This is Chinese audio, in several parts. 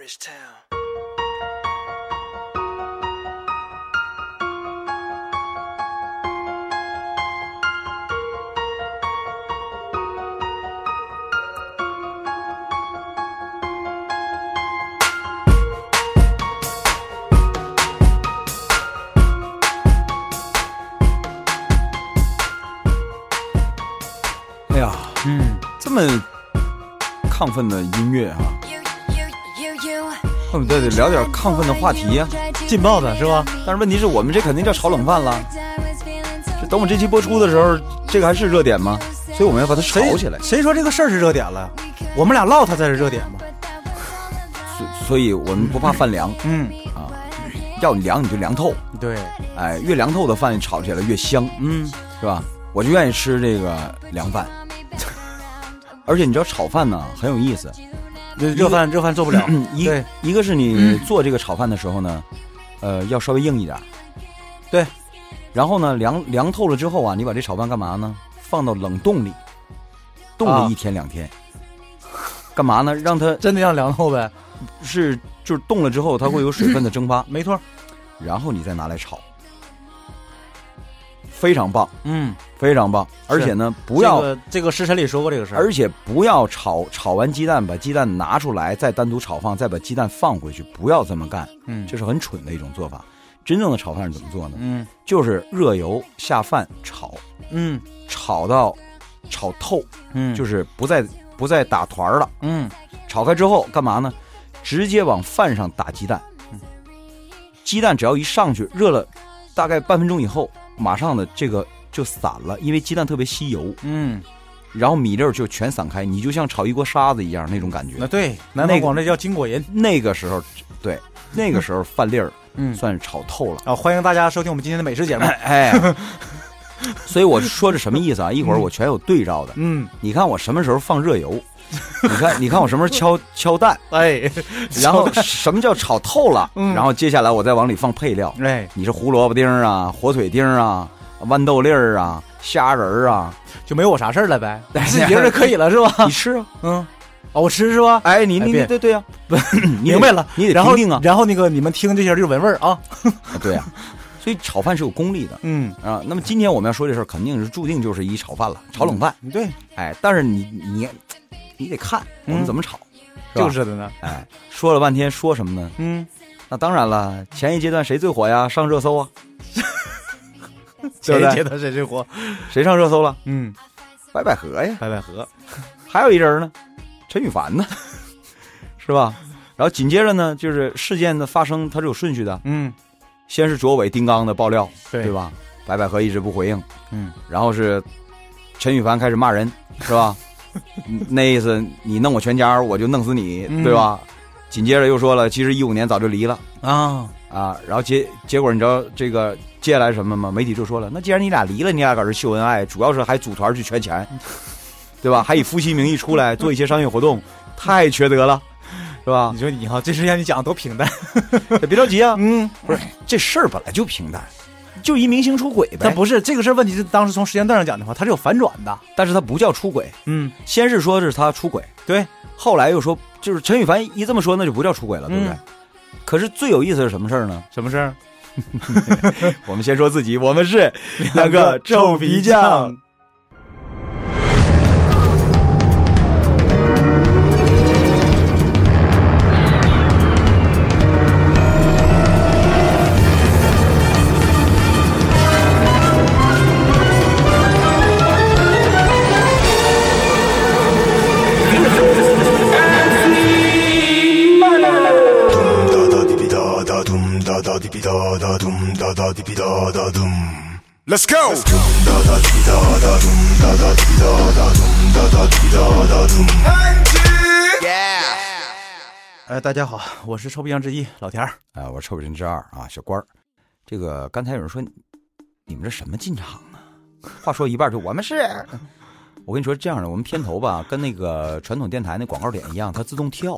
Bridgetown. Bridgetown 哎呀，嗯，这么亢奋的音乐啊，那我们得对，聊点亢奋的话题呀、劲爆的是吧但是问题是我们这肯定叫炒冷饭了。这等我这期播出的时候，这个还是热点吗？所以我们要把它炒谁起来。谁说这个事儿是热点了？我们俩唠它才是热点嘛。所所以我们不怕饭凉，嗯，要凉你就凉透，对，哎，越凉透的饭炒起来越香，嗯，是吧？我就愿意吃这个凉饭，而且你知道炒饭呢很有意思，，热热饭热饭做不了 一对嗯一个是你做这个炒饭的时候呢，呃，要稍微硬一点，对，然后呢凉凉透了之后啊，你把这炒饭干嘛呢？放到冷冻里，冻啊个一天两天，干嘛呢？让它 真的要凉透呗，是就是冻了之后，它会有水分 的蒸发，没错，然后你再拿来炒，非常棒，嗯，非常棒。而且呢，不要，这个这个食神里说过这个事儿，而且不要炒炒完鸡蛋，把鸡蛋拿出来，再单独炒放，再把鸡蛋放回去，不要这么干，嗯这是很蠢的一种做法。真正的炒饭是怎么做呢？嗯就是热油下饭炒，嗯炒到炒透，嗯，就是是不再不再打团儿了。嗯炒开之后干嘛呢？直接往饭上打鸡蛋，嗯鸡蛋只要一上去，热了大概半分钟以后，马上的这个就散了，因为鸡蛋特别吸油，嗯，然后米粒儿就全散开，你就像炒一锅沙子一样那种感觉那。对，南方广这叫金果银，那个时候，对，那个时候饭粒儿嗯。算是炒透了。啊，欢迎大家收听我们今天的美食 节目。哎，所以我说这什么意思啊？一会儿我全有对照的。嗯，你看我什么时候放热油，你看你看我什么时 候敲敲蛋，哎，然后什么叫炒透了？嗯然后接下来我再往里放配料， 哎，你是胡萝卜丁儿啊、火腿丁儿啊、豌豆粒儿啊、虾仁儿啊，就没我啥事儿了呗， 哎自己一个人可以了是吧？你吃啊？ 嗯，哦，我吃是吧？哎，你哎你别你 对对呀、你明白了，你得然后评定啊然后那个你们听这些就是闻味儿啊。啊对呀、所以炒饭是有功力的嗯，啊。那么今天我们要说这事儿，肯定是注定就是一炒饭了，炒冷饭。嗯对，哎，但是你你你得看嗯我们怎么炒，是吧就是的呢。哎，说了半天说什么呢？嗯，那当然了，前一阶段谁最火呀？上热搜啊，谁对不接对？的谁最火？谁上热搜了？嗯，白百合呀。白百合。还有一人呢，陈羽凡呢， 是吧？然后紧接着呢，就是事件的发生，它是有顺序的。嗯，先是卓伟、丁刚的爆料，对对？吧？白百合一直不回应，嗯，然后是陈羽凡开始骂人，是吧？ 嗯那意思你弄我全家，我就弄死你，嗯对吧？紧接着又说了，其实一五年早就离了啊，啊。然后结结果你知道这个接下来什么吗？媒体就说了，那既然你俩离了，你俩搁这秀恩爱，主要是还组团去圈钱，对吧？还以夫妻名义出来做一些商业活动，太缺德了，是吧你？说你哈，这事让你讲的多平淡。别着急啊，嗯，不是这事儿本来就平淡，就一明星出轨但呗。不是这个事儿，问题是当时从时间段上讲的话，它是有反转的。但是他不叫出轨，嗯，先是说是他出轨，对，后来又说就是陈羽凡一这么说，那就不叫出轨了，对不对？嗯可是最有意思是什么事儿呢？什么事儿？我们先说自己，我们是两个臭皮匠。 Dum da da di bi da da dum da da di bi da da dum da da di bi da da dum. Let's go. Dum da da di bi da da dum da da di bi da da dum da da di bi da da dum. 哎，大家好，我是臭皮匠之一老田儿。啊，我是臭皮匠之二啊，小官儿。这个刚才有人说，你们这什么进场啊？话说一半就我们是。我跟你说，这样的我们片头吧，跟那个传统电台那广告点一样，它自动跳，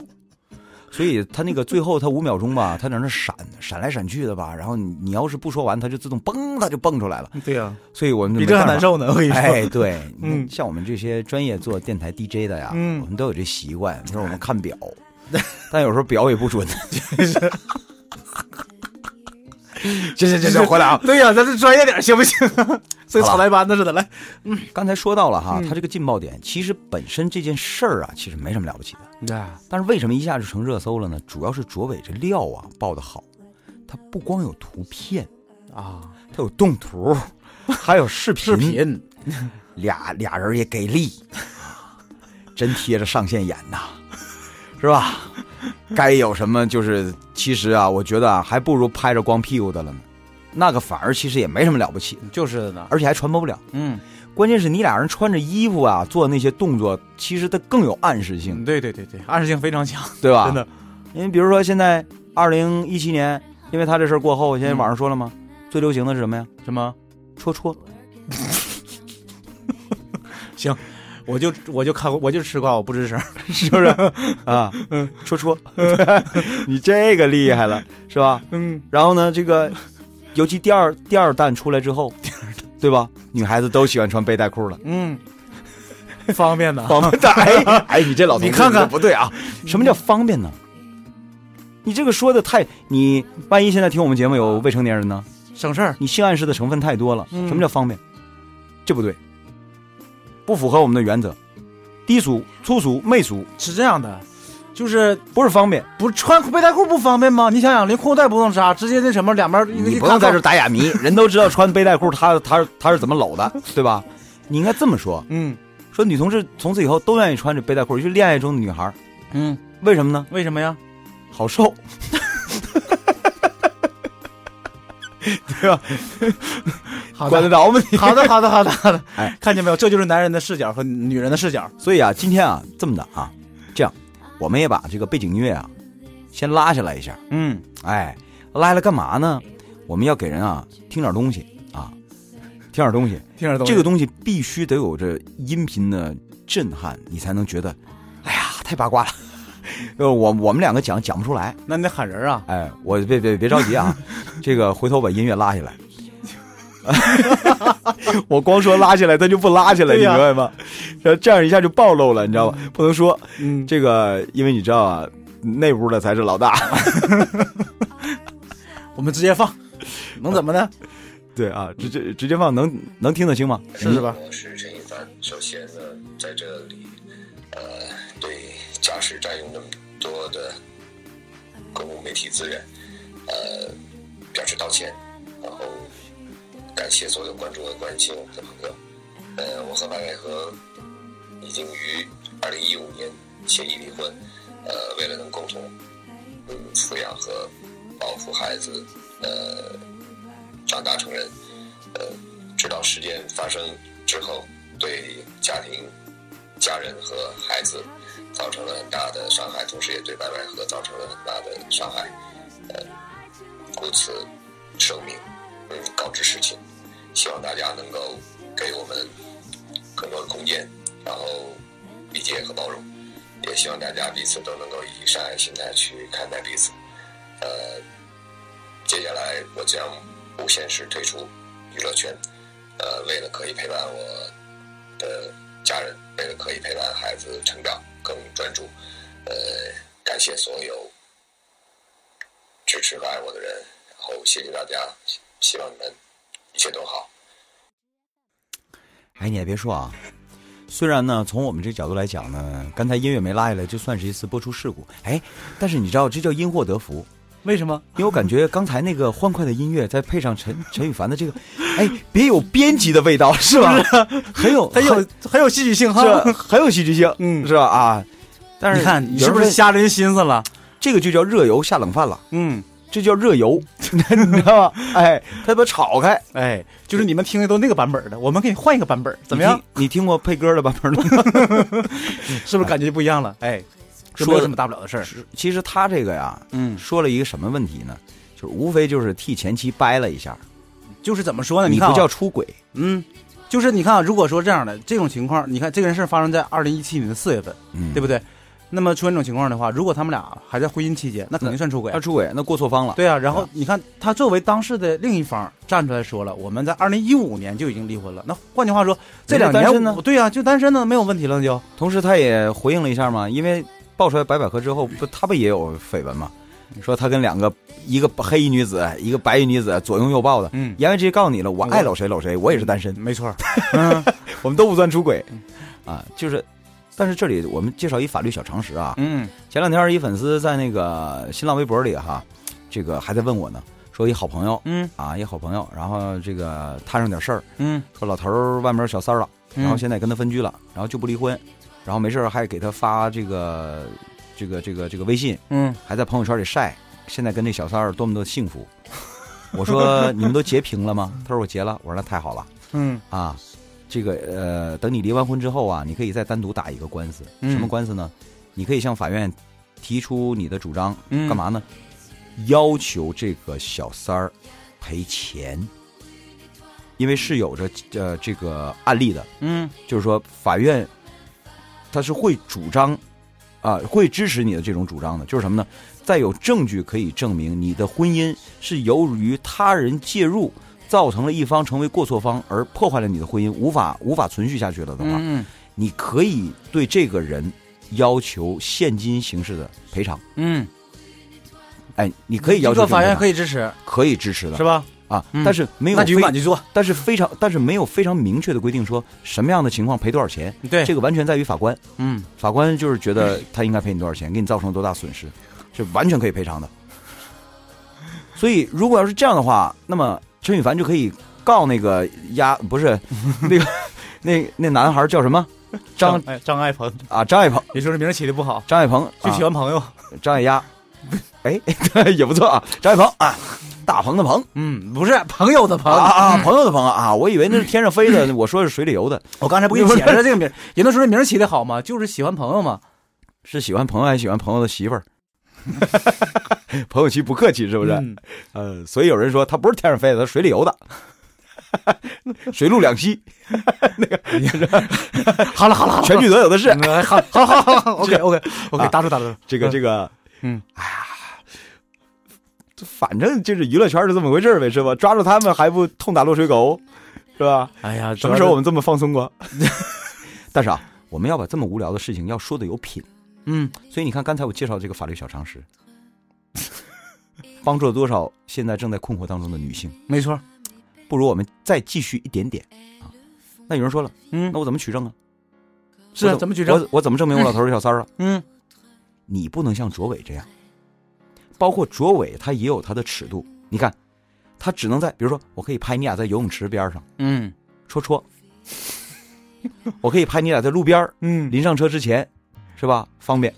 所以它那个最后它五秒钟吧，它在那儿闪闪来闪去的吧，然后你你要是不说完，它就自动嘣，它就蹦出来了。对呀，所以我们就比没这还办法难。受呢，我跟你说。哎， 对，嗯像我们这些专业做电台 DJ 的呀，嗯 我们都有这习惯。你说我们看表，但有时候表也不准。 行行行行回来啊 对呀、咱这专业点行 不行？这好吧草台班子似的，来，刚才说到了哈，嗯他这个劲爆点，其实本身这件事儿啊，其实没什么了不起的。啊，但是为什么一下就成热搜了呢？主要是卓伟这料啊爆的好，他不光有图片，啊，他有动图，还有视频，视频俩俩人也给力，真贴着上线演呐，是吧？该有什么就是，其实啊，我觉得啊，还不如拍着光屁股的了呢，那个反而其实也没什么了不起，就是的呢，而且还传播不了。嗯，关键是你俩人穿着衣服啊，做那些动作，其实它更有暗示性，对对对对，暗示性非常强，对吧？嗯真的，因为比如说现在二零一七年，因为他这事儿过后，现在网上说了嗯吗？最流行的是什么呀？什么？戳戳，我就我就看我就吃瓜，我不吱声，是不是啊？嗯戳戳， 你这个厉害了，是吧？嗯，然后呢，这个尤其第二第二弹出来之后， 对吧？女孩子都喜欢穿背带裤了。嗯，方便的，方便的， 哎哎，你这老头你看看这不对啊！什么叫方便呢？你这个说的太……你万一现在听我们节目有未成年人呢？省事儿，你性暗示的成分太多了。嗯什么叫方便？这不对，不符合我们的原则。低俗、粗俗、媚俗，是这样的，就是不是方便。不穿背带裤不方便吗？你想想，连裤带不用扎，直接那什么两边一个你一不用看在这儿打哑谜，人都知道穿背带裤他他他是怎么搂的，对吧？你应该这么说：嗯说女同志从此以后都愿意穿着背带裤，尤其是恋爱中的女孩儿，嗯，为什么呢？为什么呀？好受，好管的得，着吗 你？好的，好的，好的，好的 哎。看见没有，这就是男人的视角和女人的视角。所以啊，今天啊，这么的啊，这样，我们也把这个背景音乐啊，先拉下来一下。嗯，哎，拉下来干嘛呢？我们要给人啊听点东西啊，听点东西。听着都这个东西必须得有着音频的震撼，你才能觉得，哎呀，太八 卦了。呃，我我们两个讲讲不出来。那你得喊人啊。哎，我别别别着急 啊，这个回头把音乐拉下来。我光说拉下来，他就不拉下来，对你呀明白吗？然后这样一下就暴露了，你知道吧？不能说嗯，这个，因为你知道啊，那屋的才是老大。 我们直接 放，能怎么的？对啊，直接直接放，能能听得清吗？试试吧。我是陈一凡。嗯首先呢，在这里，呃，对驾驶占用那么多的公共媒体资源，呃，表示道歉，然后感谢所有关注和关心我们的朋友。呃，我和白百合已经于二零一五年协议离婚，呃，为了能共同嗯抚养和保护孩子，呃，长大成人，呃，直到事件发生之后，对家庭、家人和孩子造成了很大的伤害，同时也对白百合造成了很大的伤害，呃，故此声明，嗯，告知事情，希望大家能够给我们更多的空间，然后理解和包容，也希望大家彼此都能够以善爱心态去看待彼此，呃，接下来我将无限时退出娱乐圈，呃，为了可以陪伴我的家人，为了可以陪伴孩子成长更专注，呃，感谢所有支持和爱我的人，然后谢谢大家，希希望你们一切都好。哎，你也别说啊，虽然呢，从我们这角度来讲呢，刚才音乐没拉下来，就算是一次播出事故。哎，但是你知道，这叫因祸得福，为什么？因为我感觉刚才那个欢快的音乐，再配上陈陈羽凡的这个，哎，别有编辑的味道，是吧？很有，啊 很有很很有戏剧性哈。啊是很有戏剧性， 嗯是吧？啊，但是你看，你有是人不是说瞎人心思了？这个就叫热油下冷饭了？嗯，这叫热油， 你知道吗？哎，他把炒开，哎，就是你们听的都那个版本的，我们给你换一个版本，怎么样你？听？你听过配歌的版本吗？是不是感觉就不一样了？ 哎，这没说有的什么大不了的事儿。其实他这个呀，嗯，说了一个什么问题呢？就是无非就是替前妻掰了一下，就是怎么说呢？你哦看不啊叫出轨，嗯，就是你看啊，如果说这样的这种情况，你看这件事儿发生在二零一七年的四月份，嗯对对不不对？那么出现这种情况的话，如果他们俩还在婚姻期间，那肯定算出轨对？要。出轨，那过错方了。对啊，然后啊你看他作为当事的另一方站出来说了，我们在二零一五年就已经离婚了。那换句话说，这两人家单年身呢我对啊，就单身呢没有问题了就。同时他也回应了一下嘛，因为爆出来白百合之后，不他不也有绯闻吗？嗯说他跟两个，一个黑衣女子，一个白衣女子，左拥右抱的。嗯言外之意告诉你了，我爱搂谁搂谁，我也是单身，没错儿，嗯我们都不算出轨，啊，就是，但是这里我们介绍一法律小常识啊，嗯前两天儿一粉丝在那个新浪微博里哈，这个还在问我呢，说一好朋友嗯啊，一好朋友，然后这个摊上点事儿，嗯，说老头儿外面有小三儿了，然后嗯现在跟他分居了，然后就不离婚，然后没事儿还给他发这个这个这个这个微信，嗯还在朋友圈里晒，现在跟这小三儿多么的幸福。我说你们都截屏了吗？他说我截了。我说那太好了嗯啊，这个呃，等你离完婚之后啊，你可以再单独打一个官司，嗯什么官司呢？你可以向法院提出你的主张，嗯干嘛呢？要求这个小三儿赔钱，因为是有着呃这个案例的，嗯就是说法院他是会主张啊、会支持你的这种主张的，就是什么呢？在有证据可以证明你的婚姻是由于他人介入造成了一方成为过错方而破坏了你的婚姻，无法无法存续下去了的话，嗯你可以对这个人要求现金形式的赔偿。嗯，哎，你可以要这求个法院可可以以支持，可以支持的是吧？啊，嗯但是没有那就非勇敢去做，但是非常但是没有非常明确的规定说什么样的情况赔多少钱，对，这个完全在于法官。嗯法官就是觉得他应该赔你多少钱，给你造成了多大损失，是完全可以赔偿的。所以，如果要是这样的话，那么陈羽凡就可以告那个丫，不是那个那那男孩叫什么？张哎张爱鹏，啊，张爱鹏，你说这名儿起的不好，张爱鹏，就啊喜欢朋友。张爱丫，哎， 也不错啊，张爱鹏啊，大鹏的鹏嗯，不是朋友的啊朋友，啊，朋友的朋啊，我以为那是天上飞的，我说是水里游的，我刚才不给你解释了这个名儿，人都说这名儿起的好嘛，就是喜欢朋友嘛，是喜欢朋友还是喜欢朋友的媳妇儿？ 朋友妻不客气是不是？嗯呃，所以有人说他不是天上飞的，他是水里游的，水陆两栖，好了好了好了，全聚德有的是。嗯好好好好好，OK OK OK，啊打住打住，这个嗯这个，嗯，哎呀，这反正就是娱乐圈是这么回事儿呗，是吧？抓住他们还不痛打落水狗，是吧？哎呀，什么时候我们这么放松过？ 但是啊，我们要把这么无聊的事情要说的有品，嗯所以你看刚才我介绍这个法律小常识，帮助了多少现在正在困惑当中的女性？没错，不如我们再继续一点点啊。那有人说了，嗯那我怎么取证啊？是啊我怎么取证？我我怎么证明我老头是小三儿啊？嗯你不能像卓伟这样，包括卓伟他也有他的尺度。你看，他只能在比如说，我可以拍你俩在游泳池边上嗯戳戳，我可以拍你俩在路边儿嗯，临上车之前，是吧？方便，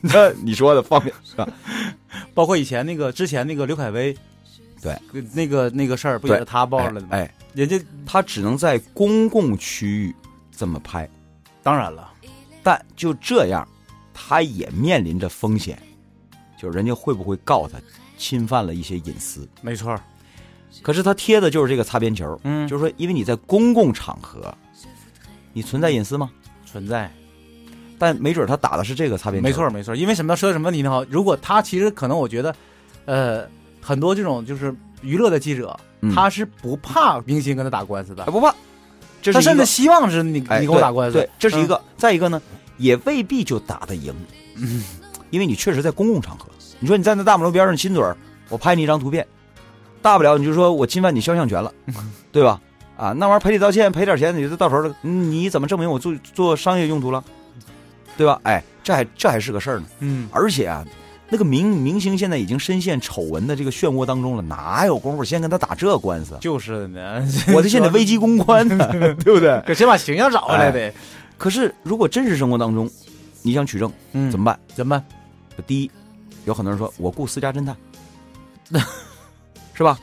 那你说的方便是吧？包括以前那个之前那个刘恺威，对跟，那个那个事儿不也是他爆了的吗？ 哎，哎人家他只能在公共区域这么拍，当然了，但就这样，他也面临着风险，就是人家会不会告他侵犯了一些隐私？没错儿，可是他贴的就是这个擦边球，嗯就是说，因为你在公共场合，你存在隐私吗？存在，但没准他打的是这个擦边球，没错儿，没错儿，因为什么说什么问题呢？哈，如果他其实可能，我觉得，呃，很多这种就是娱乐的记者，嗯他是不怕明星跟他打官司的哎，，不怕，这是他一个甚至希望是你、哎你跟我打官司，对，对这是一嗯个。再一个呢，也未必就打得赢，因为你确实在公共场合。你说你站在大马路边上亲嘴儿，我拍你一张图片，大不了你就说我侵犯你肖像权了，对吧？啊，那玩意儿赔礼道歉，赔点钱，你就到头了。嗯你怎么证明我做做商业用途了，对吧？哎，这还这还是个事儿呢。嗯，而且啊，那个明明星现在已经深陷丑闻的这个漩涡当中了，哪有功夫先跟他打这官 司啊？就是呢，我这现在危机公 关呢，对不对？可先把形象找回哎来得，可是，如果真实生活当中，你想取证嗯，怎么办？怎么办？第一，有很多人说我雇私家侦探， 是吧？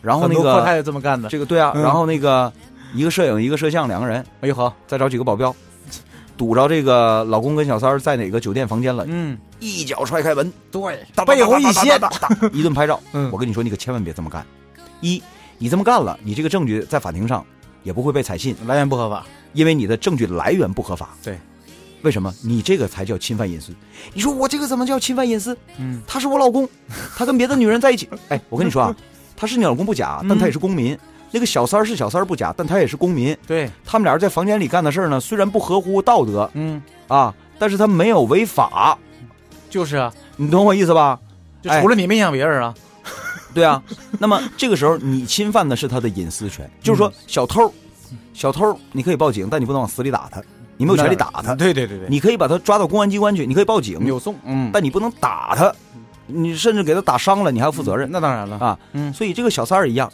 然后很那多阔个太太这么干的，这个对啊，嗯然后那个一个摄影一个摄像两个人，哎呦好，再找几个保镖， 堵着这个老公跟小三儿在哪个酒店房间了，嗯，一脚踹开门，对，哒背后一掀，哒哒哒哒 哒哒一顿拍照。嗯我跟你说，你可千万别这么干。一，你这么干了，你这个证据在法庭上也不会被采信，来源不合法，因为你的证据来源不合法。对，为什么？你这个才叫侵犯隐私。你说我这个怎么叫侵犯隐私？嗯，他是我老公，他跟别的女人在一起。哎，我跟你说啊，他是你老公不假，但他也是公民。那个小三儿是小三儿不假，但他也是公民。对，他们俩人在房间里干的事儿呢，虽然不合乎道德嗯，啊，但是他没有违法。就是啊，你懂我意思吧？就哎除了你没影响别人啊，对啊，那么这个时候你侵犯的是他的隐私权，就是说小偷，小偷你可以报警，但你不能往死里打他，你没有权利打他。对对对对，你可以把他抓到公安机关去，你可以报警，扭送，嗯，但你不能打他，你甚至给他打伤了，你还要负责任那当然了，啊。嗯所以这个小三儿一样，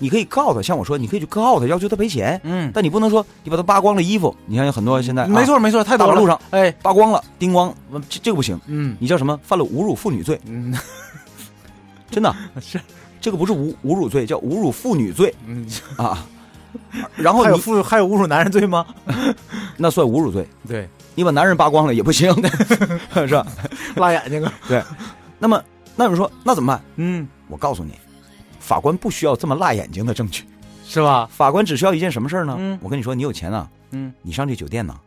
你可以告他，像我说，你可以去告他，要求他赔钱，嗯，但你不能说你把他扒光了衣服。你看有很多现在、啊没，错没错，太大多马了，路上哎，扒光了、叮光，这这个不行，嗯你叫什么？犯了侮辱妇女罪，嗯，真的 是这个不是侮侮辱罪，叫侮辱妇女罪嗯，啊。然 后还有你妇还有侮辱男人罪吗？那算侮辱罪，对，你把男人扒光了也不行， 是吧？ 辣眼睛啊，那么那有人说那怎么办？嗯，我告诉你，法官不需要这么辣眼睛的证据，是吧？法官只需要一件什么事儿呢？嗯我跟你说，你有钱啊，嗯，你上这酒店呢，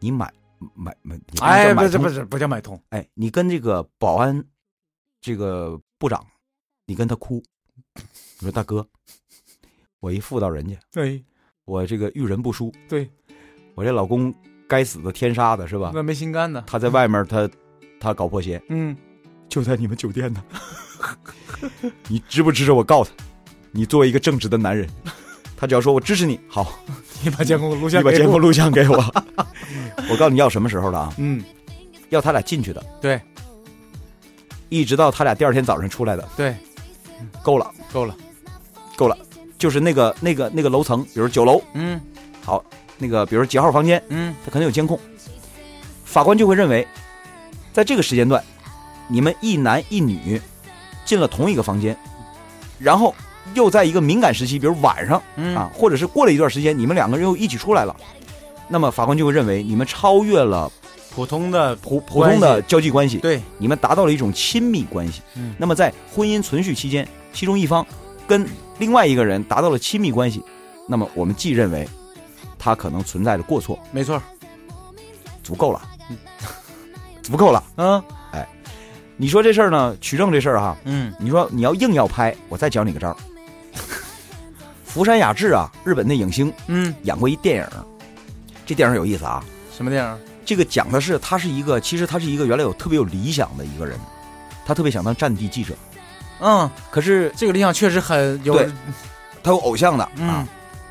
你买买买，你不能哎，叫不买是通不是不叫买通，哎，你跟这个保安，这个部长，你跟他哭，你说大哥，我一妇道人家，对，我这个遇人不淑，对我这老公该死的天杀的是吧？那没心肝的，他在外面他他搞破鞋，嗯，就在你们酒店呢， 你支不支持我告他？你作为一个正直的男人，他只要说我支持你，好，你把监控录你像把给监控我，录像给 我，我告诉你要什么时候了啊？嗯，要他俩进去的，对一直到他俩第二天早上出来的，对，够了。够了，够了，就是那个那个那个楼层，比如九楼，嗯那个比如几号房间，嗯，它可能有监控，法官就会认为，在这个时间段，你们一男一女进了同一个房间，然后又在一个敏感时期，比如晚上嗯啊，或者是过了一段时间，你们两个人又一起出来了，那么法官就会认为你们超越了普通的普普通的交际关系，对，你们达到了一种亲密关系。嗯那么在婚姻存续期间，其中一方跟另外一个人达到了亲密关系，那么我们既认为他可能存在着过错，没错，足够了嗯，足够了。嗯你说这事儿呢，取证这事儿哈，嗯，你说你要硬要拍，我再教你个招儿。福山雅治啊，日本那影星嗯，演过一电影儿，这电影儿有意思啊。什么电影？这个讲的是他是一个，其实他是一个原来有特别有理想的一个人，他特别想当战地记者，嗯，可是这个理想确实很有，对他有偶像的、啊嗯。，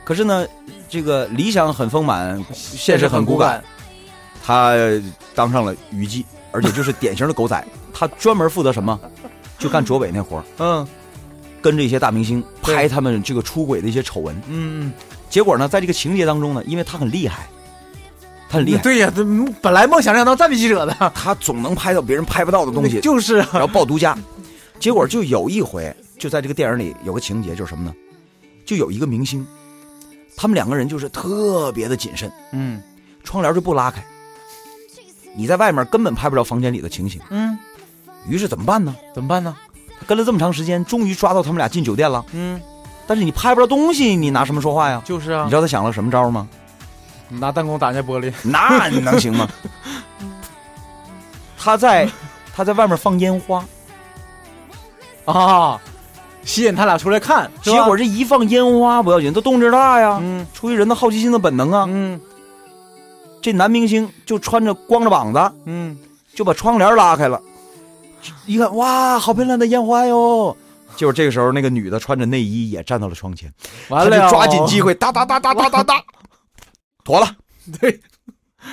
可是呢，这个理想很丰满，现实很骨骨感。，他当上了娱记，而且就是典型的 狗仔。他专门负责什么？就干卓伟那活儿，嗯跟着一些大明星对拍他们这个出轨的一些丑闻。嗯，结果呢，在这个情节当中呢，因为他很厉害，他很厉害，嗯对呀，这本来梦想是要当战地记者的他总能拍到别人拍不到的 东西，就是啊然后报独家。结果就有一回，就在这个电影里有个情节，就是什么呢？就有一个明星，他们两个人就是特别的谨慎。嗯窗帘就不拉开，你在外面根本拍不着房间里的情形。嗯，于是怎么办呢？怎么办呢？他跟了这么长时间，终于抓到他们俩进酒店了。嗯，但是你拍不着东西，你拿什么说话呀？就是你啊知，道他想了什么招吗？拿弹弓打人家玻璃， 那你能行吗？他在他在外面放烟花，啊，吸引他俩出来看，是吧结果这一放烟花不要紧，他动静大呀，嗯出于人的好奇心的本能啊。嗯这男明星就穿着光着膀子，嗯，就把窗帘拉开了，一看哇，好漂亮的烟花 哟！结果这个时候，那个女的穿着内衣也站到了窗前，完了他呀，就抓紧机会，哒哒哒哒哒哒哒，妥了，对，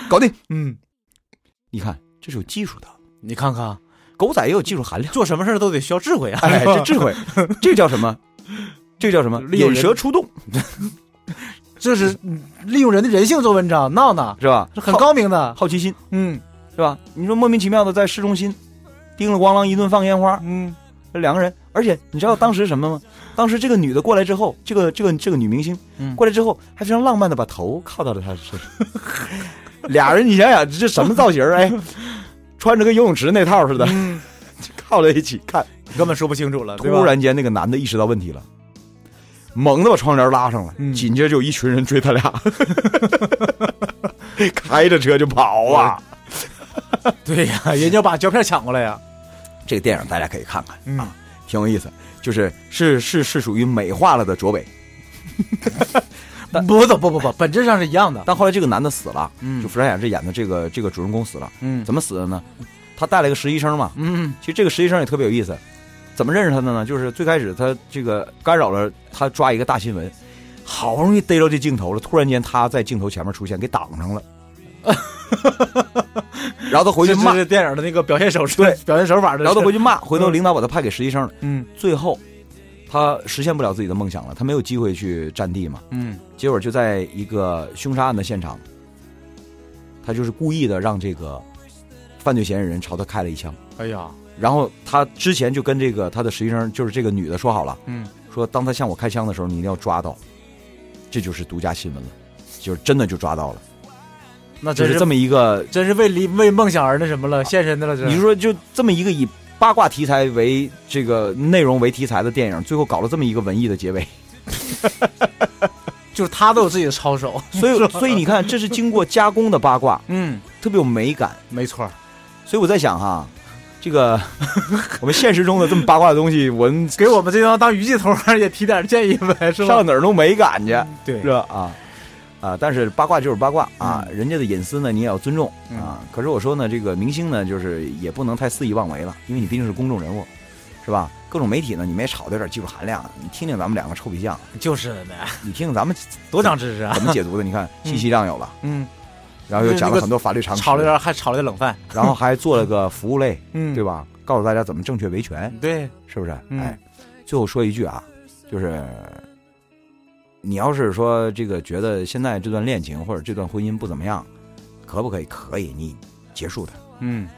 搞定。嗯，你看，这是有技术的，你看看狗仔也有技术含量，做什么事儿都得需要智慧啊， 哎，这 智慧，这叫什么？这叫什么？利用引人蛇出洞这是嗯利用人的人性做文章，闹闹，是吧？这很高明的好，好奇心嗯是吧？你说莫名其妙的在市中心，叮了咣啷一顿放烟花，嗯 这两个人，而且你知道当时什么吗？当时这个女的过来之后，这个这个这个女明星嗯过来之后，还非常浪漫的把头靠到了她身上。 俩人，你想想这什么造型儿？ 哎，穿着跟游泳池那套似的，嗯，靠在一起看。根本说不清楚了，对吧突，然间，那个男的意识到问题了，猛地把窗帘拉上了，嗯紧接着就有一群人追 他俩，开着车就跑啊！对呀， 人家把胶片抢过来呀，这个电影大家可以看看，嗯啊，挺有意思，就是是是是属于美化了的卓伟。但不不不不不，本质上是一样的，但后来这个男的死了，嗯就福山雅治演的这个这个主人公死了，嗯怎么死的呢？他带了一个实习生嘛，嗯，其实这个实习生也特别有意思，怎么认识他的呢？就是最开始他这个干扰了他抓一个大新闻，好不容易逮着这镜头了，突然间他在镜头前面出现，给挡 上了，然后他回去这骂这，嗯是电影的那个表现手势，对表现手法的事，然后他回去骂，回头领导把他派给实习生了，嗯最后他实现不了自己的梦想了，他没有机会去占地嘛，嗯结果就在一个凶杀案的现场，他就是故意的让这个犯罪嫌疑人朝他开了一枪。哎呀，然后他之前就跟这个他的实习生，就是这个女的说好了，嗯，说当他向我开枪的时候，你一定要抓到，这就是独家新闻了，就是真的就抓到了，那就真是是啊这么一个，真是为离为梦想而那什么了，献身的了，这你是说就这么一个以八卦题材为这个内容为题材的电影，最后搞了这么一个文艺的结尾，就是他都有自己的操守，所以所以你看，这是经过加工的八卦，嗯，特别有美感，没错儿，所以我在想哈。这个我们现实中的这么八卦的东西，我们给我们这帮当娱记同行也提点建议呗，是吧上？哪儿都没感觉。对是，吧？啊啊，但是八卦就是八卦啊，人家的隐私呢你也要尊重嗯啊。可是我说呢，这个明星呢，就是也不能太肆意妄为了，因为你毕竟是公众人物，是吧？各种媒体呢，你们也炒的有点技术含量，你听听咱们两个臭皮匠，就是的呢，你听听咱们多长知识啊！怎么解读的。你看信息量有了，嗯，然后又讲了很多法律常识，炒了点，还炒了点冷饭，然后还做了个服务类，嗯对吧？告诉大家怎么正确维权，对，是不是？嗯哎，最后说一句啊，就是你要是说这个觉得现在这段恋情或者这段婚姻不怎么样，可不可以？可以，你结束它，嗯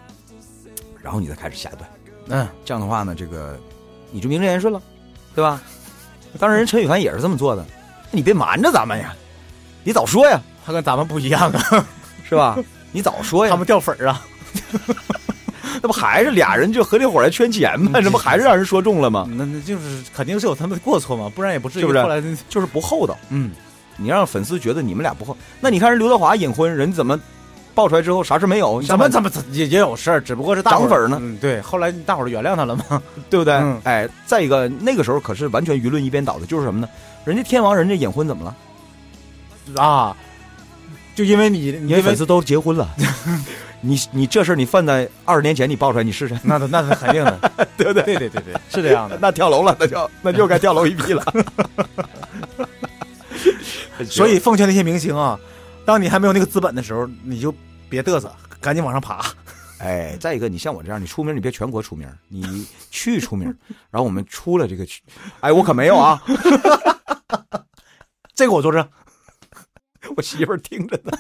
然后你再开始下一段。嗯，这样的话呢，这个你就名正言顺了，对吧？当然，人陈羽凡也是这么做的，你别瞒着咱们呀，你早说呀，他跟咱们不一样啊，是吧？你早说呀，他们掉粉儿啊，那不还是俩人就合起伙来圈钱嗯吗？这不还是让人说中了吗？那那就是肯定是有他们的过错嘛，不然也嗯不至于是不是后来那就是不厚道。嗯，你让粉丝觉得你们俩不合。那你看人刘德华隐婚，人怎么爆出来之后啥事没有？怎么怎么么也也有事儿，只不过是大伙儿涨粉儿呢嗯，对，后来大伙儿原谅他了嘛，对不对？嗯哎，再一个那个时候可是完全舆论一边倒的，就是什么呢？人家天王人家隐婚怎么了？啊，就因为你，你因为哎粉丝都结婚了。 你你这事儿你放在二十年前你爆出来你试试，那那是肯定的，对不 对？对对对对，是这 样的。那跳楼了，那就那就该跳楼一批了。 所以奉劝那些明星啊，当你还没有那个资本的时候，你就别嘚瑟，赶紧往上爬。哎，再一个，你像我这样，你出名，你别全国出名，你去出名，然后我们出了这个区，哎，我可没有啊，这个我作证，我媳妇儿听着呢。